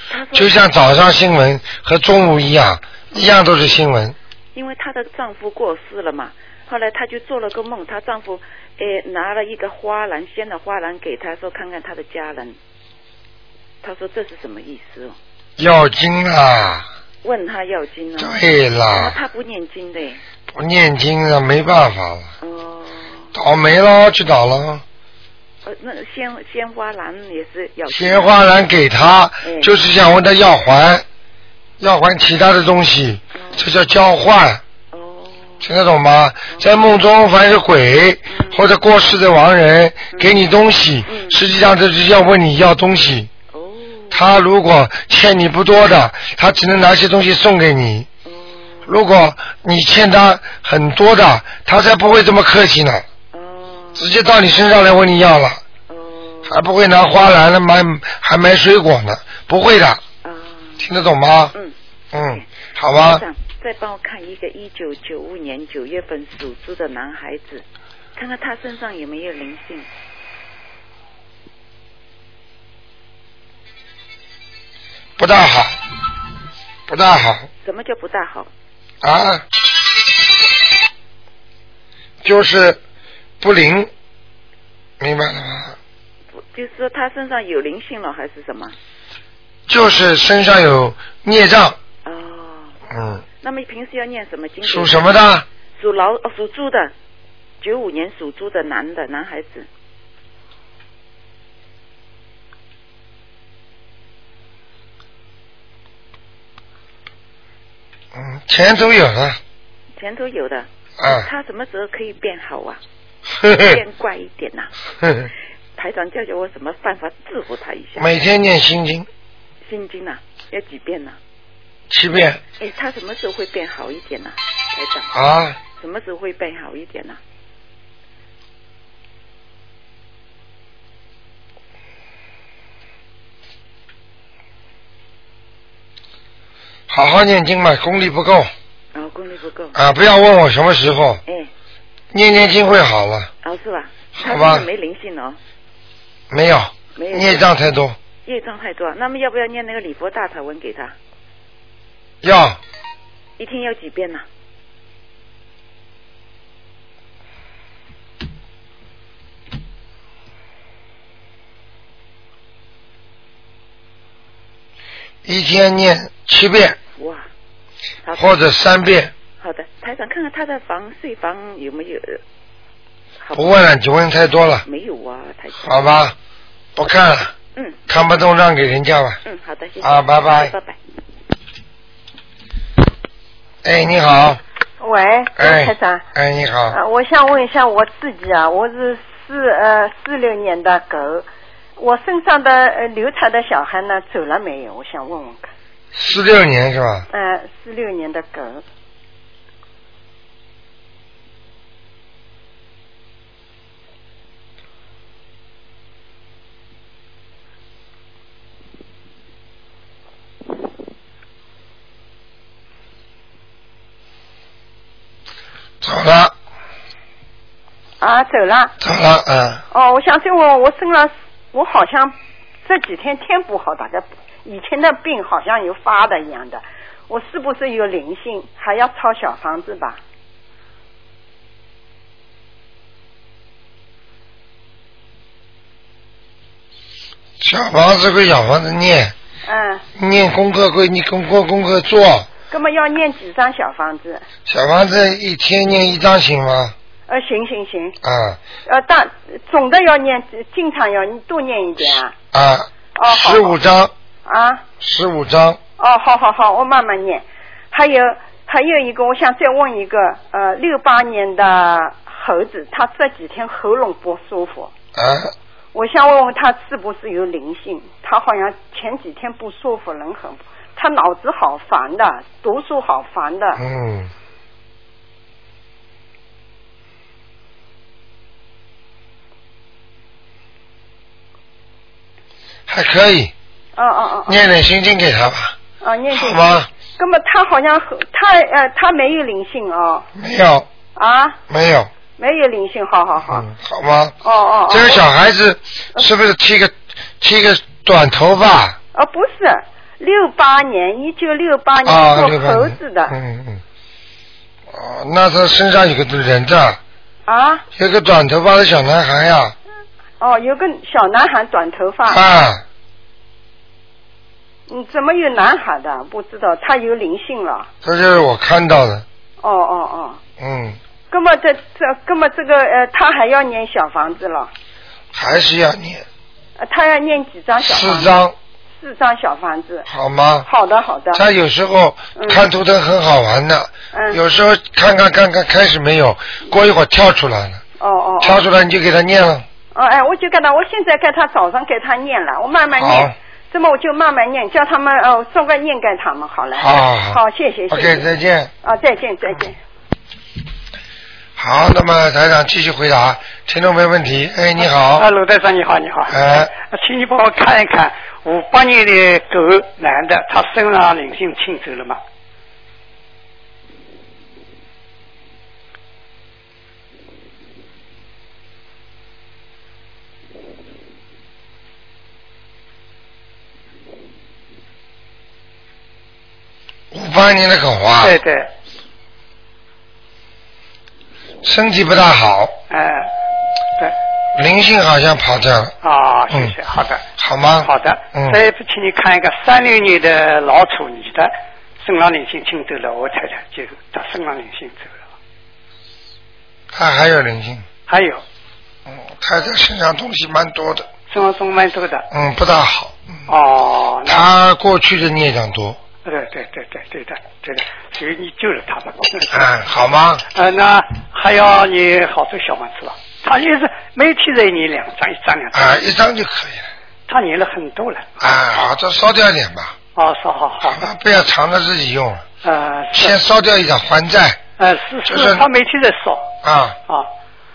他说，
就像早上新闻和中午一样，一样都是新闻。
因为她的丈夫过世了嘛，后来她就做了个梦，她丈夫哎拿了一个花篮，鲜的花篮给她说看看她的家人，她说这是什么意思哦？
要经啊啦，
问她要经哦，
对啦
她不念经的耶，
不念经了没办法了，
哦
倒霉喽，去倒了。
呃，那鲜鲜花篮也是要经
鲜花篮给他，
嗯
就是想问他要还，要还其他的东西，这叫交换。听得懂吗？在梦中，凡是鬼或者过世的亡人给你东西，实际上这就是要问你要东西。他如果欠你不多的，他只能拿些东西送给你。如果你欠他很多的，他才不会这么客气呢。直接到你身上来问你要了。还不会拿花篮了买还买水果呢，不会的。听得懂吗？
嗯。
嗯，好吧
台。长，再帮我看一个一九九五年九月份属猪的男孩子，看看他身上有没有灵性。
不大好，不大好
什么叫不大好？
啊，就是不灵，明白了吗？
不就是说他身上有灵性了还是什么？
就是身上有孽障。嗯，
那么平时要念什么经？
属什么的？
属老哦，属猪的。九五年属猪的男的男孩子，
嗯，钱都有了，
前头有的。
啊
他什么时候可以变好啊？
呵呵 *laughs*
变怪一点呐、
呵呵
台长教教我什么办法制服他一下。
每天念心经
心经啊，要几遍呐、
七遍
哎，他什么时候会变好一点呐、台长。
啊，
什么时候会变好一点呢、
好好念经嘛，功力不够
然后功力不够。
啊！不要问我什么时候
哎，
念念经会好啊了，
哦是吧？
好
他
吧
真的没灵性哦，
没有，
没有。
孽障太多，
业障太多，那么要不要念那个礼佛大忏文给他？
要
一天要几遍呢、
一天念七遍
哇，好的
或者三遍，
好的，台长看看他的房睡房有没有？好
不问了，你问太多了，
没有啊，台长。
好吧？不看了，
嗯
看不懂让给人家吧。
嗯，好的，谢谢。
啊拜拜
拜拜。
哎，你
啊
好，
喂，
哎，
台长，
哎，你好，
啊，我想问一下我自己啊，我是四呃四六年的狗，我身上的呃流产的小孩呢走了没有？我想问问看。
四六年是吧？
呃，四六年的狗，
走了，
啊，走了。
走了，嗯，
哦，我想问问我身上，我好像这几天天不好，大概以前的病好像有发的一样的，我是不是有灵性？还要抄小房子吧？
小房子归小房子念，
嗯，
念功课归你功课功课做，
那么要念几张小房子？
小房子一天念一张行吗？
呃，行行行，
啊
呃，但总的要念，经常要多念一点啊。
啊，
哦，好
十五张，
啊，
十五张，
哦，好好好，我慢慢念。还有还有一个，我想再问一个，呃，六八年的猴子，他这几天喉咙不舒服，
啊，
我想问问他是不是有灵性？他好像前几天不舒服，人很，他脑子好烦的，读书好烦的。
嗯，还可以，
哦哦哦。
念点心经给他吧，
啊，念经。
好吗？
那么他好像很他呃他没有灵性哦。
没有
啊，
没有，
没有灵性，好好好。
好吗？
哦哦哦。
这个小孩子是不是剃个剃个短头发？
啊，不是，六八年，一九六八年
啊，
做
对吧？
猴子的
嗯嗯。哦，那他身上有个人的，
啊。
有个短头发的小男孩呀、
哦，有个小男孩，短头发。
啊，
嗯，怎么有男孩的？不知道，他有灵性了。
这就是我看到的。
哦哦哦。
嗯，
那么这这，那么这个呃，他还要念小房子了，
还是要念
呃他要念几张小房子？
四，张，
四张小房子。
好吗？
好的，好的。
他有时候
嗯
看图腾很好玩的，
嗯
有时候看看看看，开始没有，过一会儿跳出来了，
哦哦。哦
跳出来你就给他念了，
哦哎，我就给他，我现在给他早上给他念了，我慢慢
好
念，，这么我就慢慢念，叫他们哦，送个念给他们好了。
好好啊好
好，谢谢，谢
OK，
谢。
再见。
啊，再见，再见。
好，那么台长继续回答听众没问题。哎，你好，
啊，罗先生你好，你好。
哎，
请你帮我看一看，五八年的狗男的，他身上灵性清走了吗？
五八年的狗啊，
对对，
身体不大好，
哎、
灵性好像跑掉了，
啊，谢谢，好的，
嗯好吗？
好的。
嗯
再请你看一个三六年的老鼠女的，身上灵性清走了，我猜猜就他身上灵性走了。
他还有灵性，
还有
嗯他这身上东西蛮多的，
中央中蛮多的。
嗯，不大好。
哦，那
他过去的孽障多，
对对对对对的对的，所以你救了他吧。
嗯，好吗？
呃，那还要你好多小房子吧，他也是每天在你两张一张两张。
啊，一张就可以了。
他念了很多了。
啊，好，这烧掉一点吧，
哦，是好好。
啊不要藏着自己用了，
呃，是
先烧掉一点还债
呃是，
就是是
他每天在烧
啊，
啊。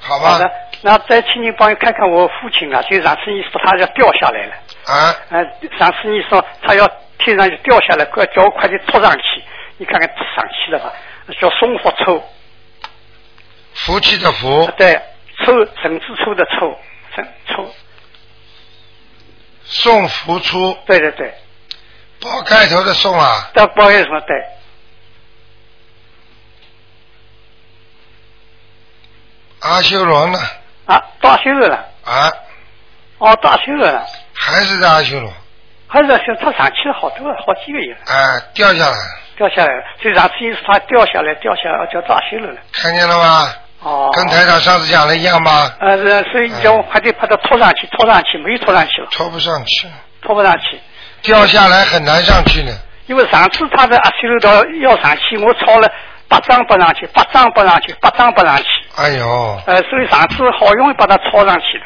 好吧
好的，那再请你帮我看看我父亲啊，就上次你说他要掉下来了。
啊。
呃，上次你说他要天上就掉下来，快叫我快点拖上去，你看看拖上去了吧？叫松或抽，啊
福气的福，
对，抽绳子抽的抽，绳抽，
送福出，
对对对，
宝盖头的送啊，
到不好意思嘛，对，
阿修罗呢？
啊，大修罗了，
啊，
哦，大修罗了，
还是在阿修罗，
还是说他上去了好多了，好几个月了，
啊，掉下来了，
掉下来了，所以上次你说他掉下来，掉下来叫大修罗了，
看见了吗？
哦，
跟台长上次讲的一样吗？
呃，是所以你叫我快点把它拖上去，拖上去，没有拖上去了，
拖不上去，
拖不上去。
掉下来很难上去呢。
因为上次他的阿修罗道要上去，我抄了八张不上去，八张不上去，八张不上去，
哎呦，
呃，所以上次好容易把它抄上去了。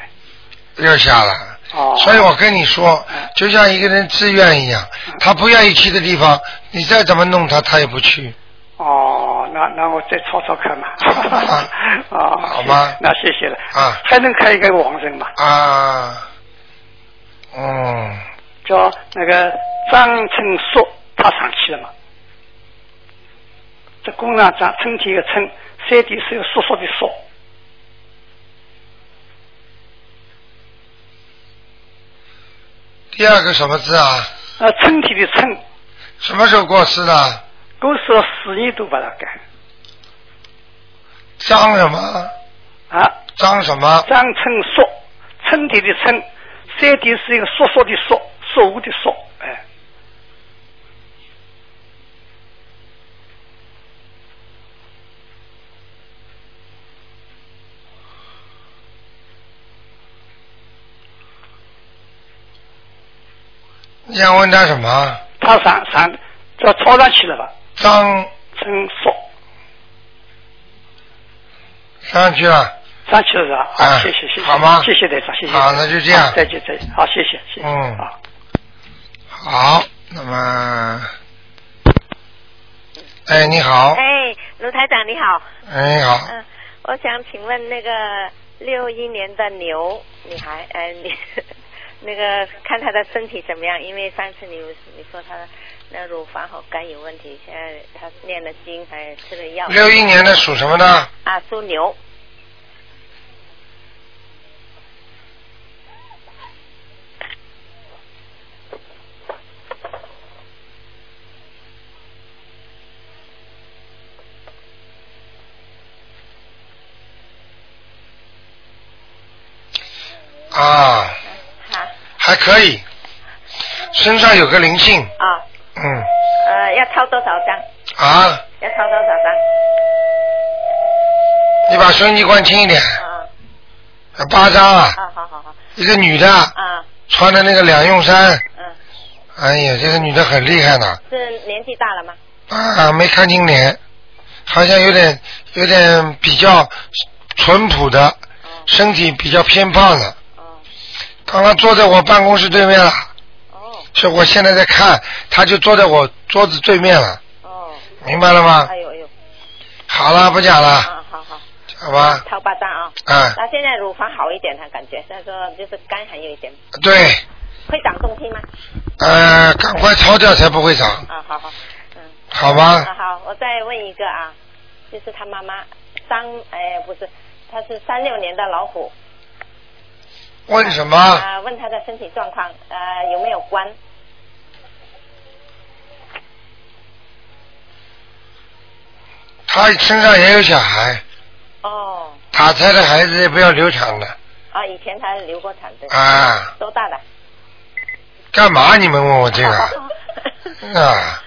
又下来了。
哦，嗯
所以我跟你说，就像一个人自愿一样，他不愿意去的地方，你再怎么弄他，他也不去。
哦，那那我再抄抄看嘛。 *laughs* 啊，好
吗？
那谢谢了。
啊
还能开一个王人嘛？
啊，嗯，
叫那个张春硕，他上去了嘛？这工上张春天的春，山地是有叔叔的叔。
第二个什么字啊？
呃，春天的春，
什么时候过世的？
我说四年都把它改
张什么？
啊。
张什么？
张春硕，春天的春，山地是一个叔叔的叔，叔无的叔，哎。
你想问他什么？
他上上这抄上去了吧？
张
春硕
上去了。
上去了是吧？
啊
谢谢谢谢，
好吗
谢谢台长，谢谢。
好那就这样
好再见再见，好谢谢谢谢。
嗯，
啊
好，那么，哎，你好，
哎，卢台长你好。
哎，你好，
嗯，我想请问那个六一年的牛女孩，呃，你 *laughs* 那个看她的身体怎么样？因为上次你你说她的那乳房和肝有问题，现在她念了经还吃了药。
六一年的属什么的？
啊，属牛。
啊，还可以，身上有个灵性，
啊，
嗯，
呃，要抄多少张？
啊，
要抄多少张？
你把收音机关轻一点，八张啊，
啊，好好好。
一个女的
啊，
穿的那个两用衫，
嗯，
哎呀，这个女的很厉害呢，
是年纪大了吗？
啊，没看清脸，好像有点有点比较淳朴的，身体比较偏胖的。刚刚坐在我办公室对面了。
哦
是我现在在看，他就坐在我桌子对面了。明白了吗？
哦哎呦哎呦，
好了，不讲了，
啊，好好。
好吧？
超八张啊。
嗯
那现在乳房好一点，他感觉，他说就是肝还有一点，
对，
会长东西吗？
呃，赶快抄掉才不会长，
啊，好好。
好吗？
啊，好，我再问一个啊，就是他妈妈三，哎，不是，他是三六年的老虎。
问什么？
啊、问他的身体状况，呃，有没有关？
他身上也有小孩，
哦，
打胎的孩子也不要流产了
啊，以前他流过产对。。
啊！
多大的？
干嘛你们问我这
*laughs*
个？啊，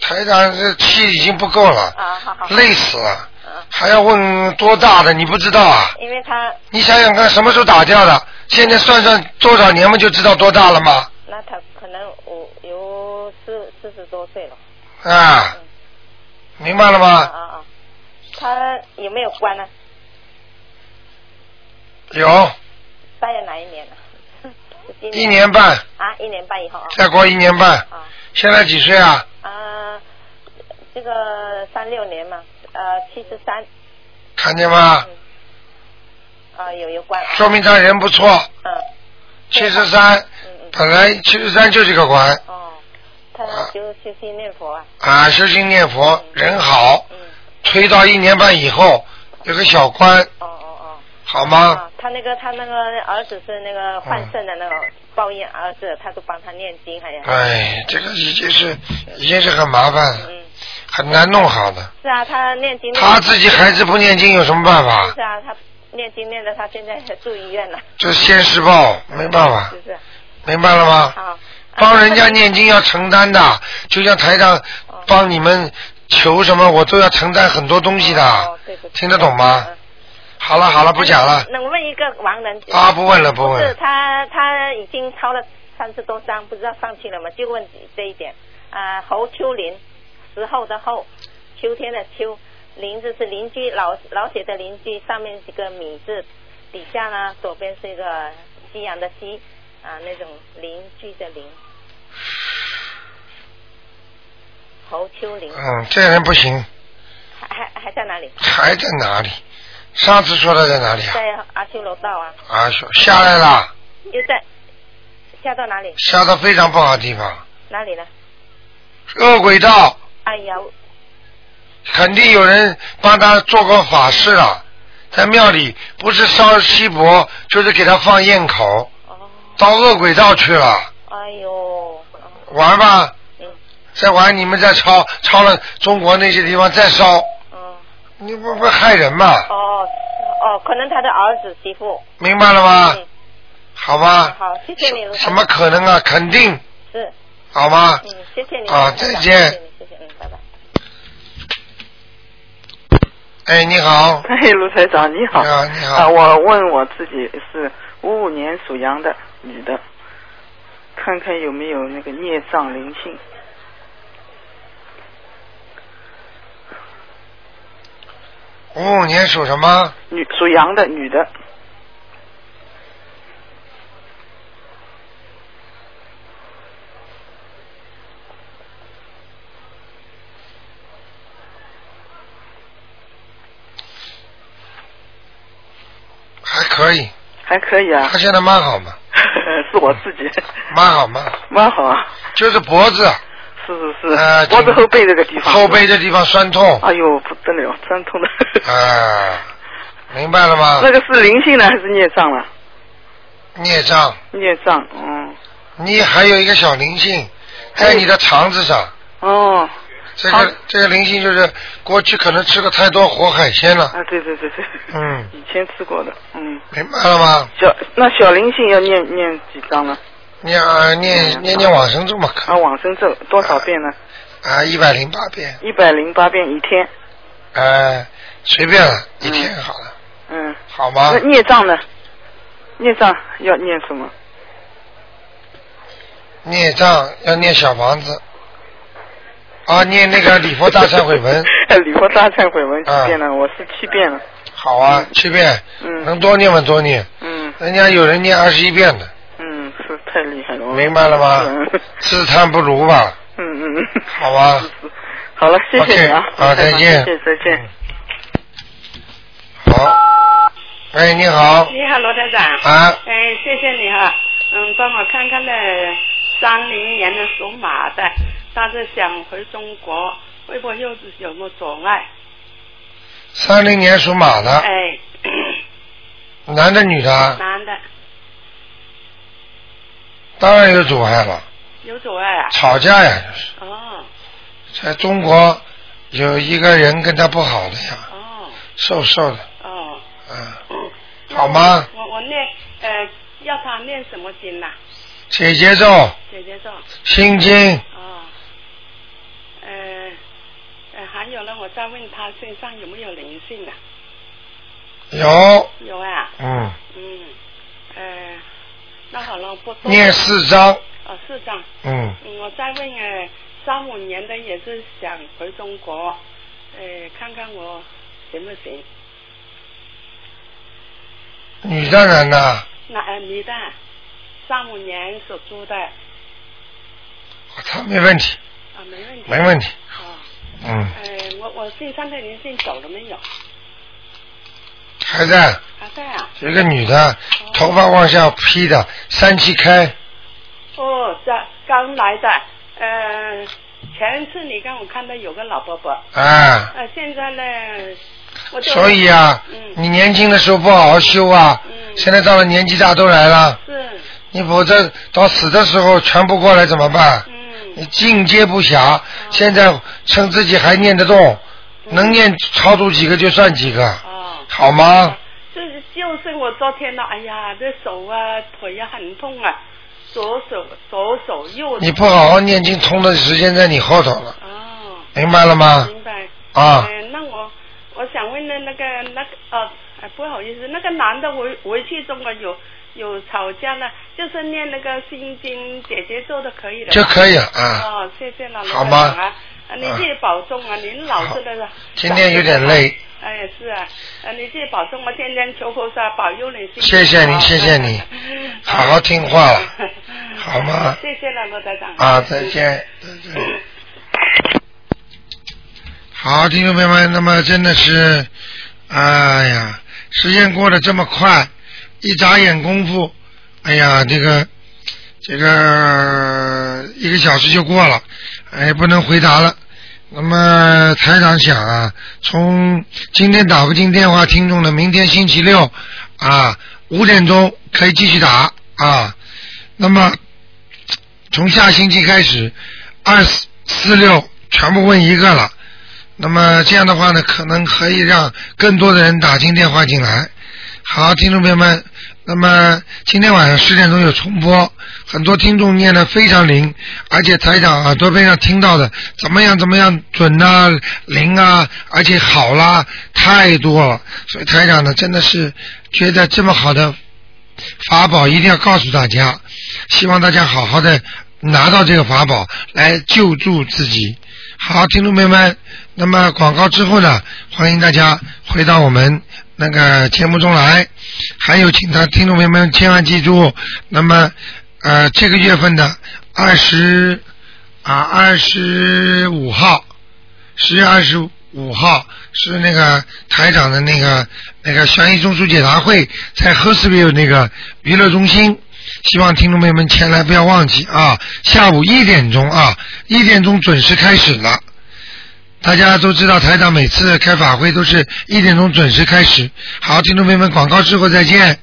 台长这气已经不够了，
啊，好好。嗯
累死了。还要问多大的？你不知道啊？
因为他
你想想看，什么时候打掉的？现在算算多少年嘛，就知道多大了嘛。
那他可能我有四四十多岁了，
啊，明白了
啊
吗？
啊啊！他有没有关呢？嗯
有，
大概哪一年呢？是今
一啊年半
嗯啊，一年半以后啊。
再过一年半
啊，
现在几岁啊？
啊，这个三六年嘛，呃，七十三
看见吗？
嗯啊，有有关啊。
说明他人不错。
嗯。
七十三，本来七十三就是个官
他就修心念佛啊，
啊，修心念佛，人好，推到一年半以后有个小官，好吗？
啊他那个他那个儿子是那个患肾的那个报应啊儿子，他都帮他念经，还有
哎，这个已经是已经是很麻烦了，很难弄好的。
是啊，他念经念
他自己孩子不念经有什么办法？
是啊，他念经念的，他现在还住医院了。
这现世报，没办法
是，不是？
明白了吗？
好，
帮人家念经要承担的，就像台长帮你们求什么，我都要承担很多东西
哦
的，听得懂吗？好了好了，不讲了。
那我问一个亡人
啊不问了不问了
是他他已经抄了三十多章，不知道上去了吗？就问这一点啊、侯秋林，时候的候，秋天的秋，林字是邻居老老写的邻居，上面是个米字，底下呢左边是一个夕阳的夕啊、那种邻居的邻。侯秋林，
嗯，这人不行，
还还还在哪里？
还在哪里？上次说他在哪里啊？
在阿修罗道啊，
啊，下下来了，
又在下到哪里？
下到非常不好的地方，
哪里呢？
恶鬼道，
哎呀，
肯定有人帮他做过法事了，在庙里不是烧锡箔，就是给他放焰口，到恶鬼道去了。
哎呦，嗯
玩吧，再玩你们再抄抄了中国那些地方再烧，
嗯
你不不害人嘛？
哦哦，可能他的儿子媳妇。
明白了吗？
嗯
好吧，
好，谢谢你，卢
啊什么可能啊？肯定
是，
好吗？
嗯，谢谢你。
啊
卢台长
再见
谢谢你，谢谢，嗯，拜拜。
哎，你好，
嘿，卢台长，你好。
你好，你好
啊，我问我自己是五五年属羊的女的，看看有没有那个孽障灵性。
五五年哦属什么？
女属羊的女的，
还可以，
还可以啊。
他现在蛮好嘛，
*laughs* 是我自己，
蛮好蛮好，
蛮好啊。
就是脖子，啊
是是是，
呃
脖子后背这个地方。
后背这地方酸痛
哎呦，不得了，酸痛的。 *laughs*
啊，明白了吗？
那个是灵性呢，还是孽障了？
孽障，
孽障，嗯，
你还有一个小灵性在你的肠子上，
哦，
这个这个灵性就是过去可能吃了太多活海鲜了，
啊，对对对对，
嗯，
以前吃过的，嗯。
明白了吗？
小那小灵性要念念几张呢？
念啊
嗯
念念念往生咒嘛，
啊，往生咒多少遍呢？
啊一百零八遍，
一百零八遍一天。
呃随便了一天好了，
嗯。
好吗
那？孽障呢？孽障要念什么？
孽障要念小房子，啊念那个礼佛大忏悔文，
礼佛大忏悔文几遍
啊
呢？ *laughs* 我是七遍了。
好啊七遍，
嗯
能多念吗？多念，
嗯
人家有人念二十一遍的，
嗯，是太厉害了。我
明白了吗
*laughs* 嗯？
自叹不如吧，
嗯嗯，嗯
好吧。
好了，谢谢你啊
OK，好再见
谢谢再见。
好，哎你好，
你好，罗台长。
啊。
哎，谢谢你哈，嗯，帮我看看呢，三零年的属马的，他是想回中国，会不会又是有没有阻碍？
三零年属马的，
哎，
男的女的，
男的
当然有阻碍了，
有阻碍啊？
吵架呀就是。
哦
在中国有一个人跟他不好的呀，
哦
瘦瘦的，
哦，
嗯，好吗？
我我念呃，要他念什么经呐、啊
姐姐咒、
姐姐咒。
哦心经，
哦。呃，呃，还有呢，我在问他身上有没有灵性啊？
有，
有啊。
嗯，
嗯，呃，那好了，不多。
念四张。
哦，四张。
嗯
我再问呃，三五年的也是想回中国，呃，看看我行不行？
女的人呐、
那呃，你的，三五年所租的啊，
她没问题，
没问题。
没问题。
哦。
嗯，
呃，我我身上的灵性走了没有？
还在
还在啊？
有一个女的，头发往下披的，三七开，
哦，这刚来的，呃，前次你看我看到有个老伯伯，
啊
呃，现在呢，我就
所以啊，
嗯
你年轻的时候不好好修啊，现在到了年纪大都来了，
是
你否则到死的时候全部过来怎么办？
嗯
你境界不
哦
狭，现在趁自己还念得动，
嗯
能念超度几个就算几个，
哦
好吗？
就是就是我昨天呢，哎呀，这手啊腿啊很痛啊，左手左手右手
你不好好念经，通的时间在你后头了，明白了吗？
哦明白
啊
呃那我我想问的那个那个呃，哎不好意思，那个男的回回去中国有有吵架了，就是念那个心经姐姐做的可以了吧，
就可以了啊
哦，谢谢了，
好吗
卢台长啊啊，你自己保重啊，您老是那个。
今天有点累。
哎，是啊，呃，你自己保重啊，天天求菩萨保佑你身体好。
谢谢你，谢谢你，
*laughs*
好好听话了，好吗？
嗯谢谢了，罗台长。
啊，再见。好，听众朋友们，那么真的是，哎呀，时间过得这么快，一眨眼功夫，哎呀，这个这个一个小时就过了，哎，不能回答了。那么台长想啊，从今天打不进电话听众的，明天星期六啊五点钟可以继续打啊。那么从下星期开始，二四四六全部问一个了。那么这样的话呢，可能可以让更多的人打进电话进来。好，听众朋友们，那么今天晚上十点钟有重播，很多听众念的非常灵，而且台长啊耳朵边上听到的怎么样怎么样准呐、灵啊，而且好啦，太多了。所以台长呢，真的是觉得这么好的法宝一定要告诉大家，希望大家好好的拿到这个法宝来救助自己。好，听众朋友们，那么广告之后呢，欢迎大家回到我们那个节目中来。还有，请他听众朋友们千万记住，那么呃，这个月份的二十啊二十五号，十月二十五号是那个台长的那个那个悬疑中枢解答会，在 h e r s v i l 那个娱乐中心。希望听众朋友们前来不要忘记啊，下午一点钟啊，一点钟准时开始了。大家都知道，台长每次开法会都是一点钟准时开始。好，听众朋友们，广告之后再见。